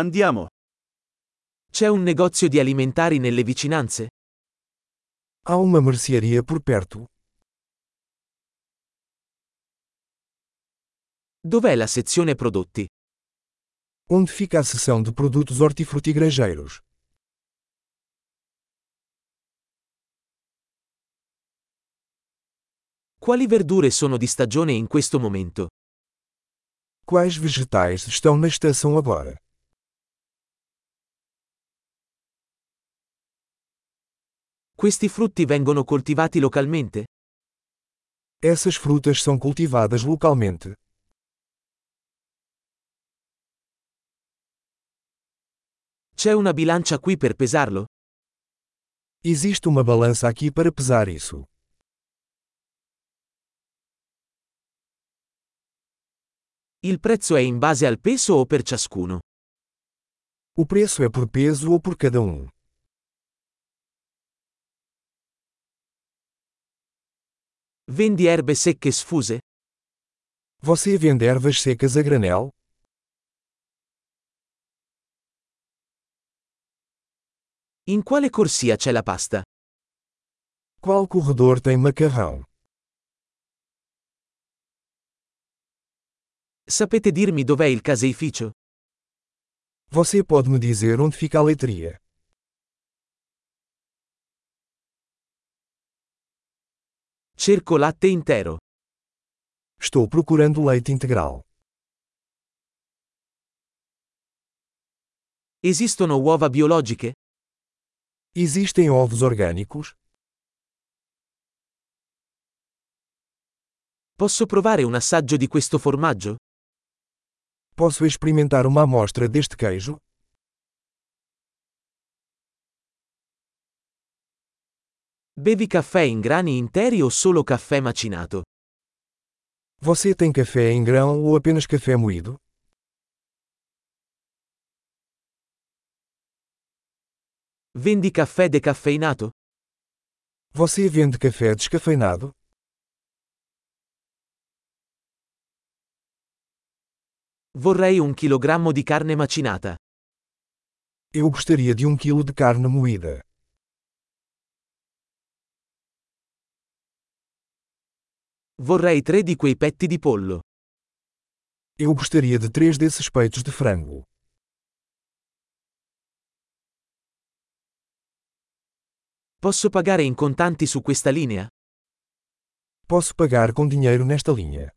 Andiamo. C'è un negozio di alimentari nelle vicinanze? Há uma mercearia por perto. Dov'è la sezione prodotti? Onde fica a seção de produtos hortifrutigranjeiros? Quali verdure sono di stagione in questo momento? Quais vegetais estão na estação agora? Questi frutti vengono coltivati localmente? Essas frutas são cultivadas localmente. C'è una bilancia qui per pesarlo? Existe uma balança aqui para pesar isso. Il prezzo è in base al peso o per ciascuno? O preço é por peso ou por cada um. Vendi erbe secche sfuse? Você vende ervas secas a granel? In quale corsia c'è la pasta? Qual corredor tem macarrão? Sapete dirmi dov'è il caseificio? Você pode me dizer onde fica a leitria? Cerco latte intero. Estou procurando leite integral. Esistono uova biologiche? Existem ovos orgânicos? Posso provare un assaggio di questo formaggio? Posso experimentar uma amostra deste queijo? Bevi caffè in grani interi o solo caffè macinato? Você tem café em grão ou apenas café moído? Vendi caffè decaffeinato? Você vende café descafeinado? Vorrei un chilogrammo di carne macinata. Eu gostaria de um quilo de carne moída. Vorrei tre di quei petti di pollo. Eu gostaria de três desses peitos de frango. Posso pagare in contanti su questa linea? Posso pagar com dinheiro nesta linha.